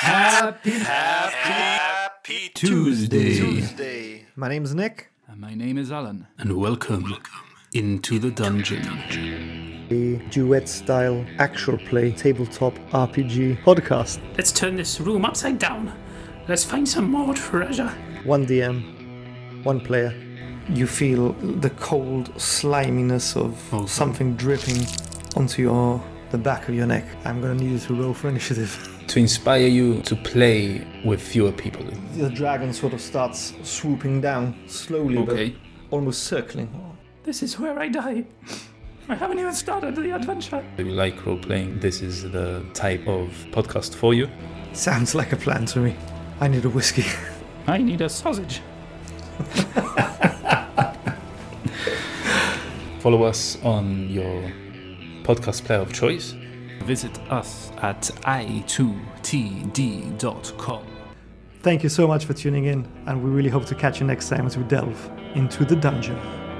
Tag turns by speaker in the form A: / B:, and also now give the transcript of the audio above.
A: Happy,
B: Happy
A: Tuesday.
B: Tuesday.
C: My name's Nick.
A: And my name is Alan.
D: and welcome, into the dungeon.
C: A duet style actual play tabletop RPG podcast.
E: Let's turn this room upside down. Let's find some more treasure.
C: One DM, one player.
F: You feel the cold sliminess of something dripping onto your.
C: The back of your neck. I'm gonna need you to roll for initiative.
G: to inspire you to play with fewer people.
F: The dragon sort of starts swooping down slowly,
A: Okay.
F: but almost circling.
E: This is where I die. I haven't even started the adventure.
G: If you like role playing, this is the type of podcast for you.
F: Sounds like a plan to me. I need a whiskey.
E: I need a sausage.
G: Follow us on your podcast player of choice.
A: Visit us at i2td.com.
F: Thank you so much for tuning in, and we really hope to catch you next time as we delve into the dungeon.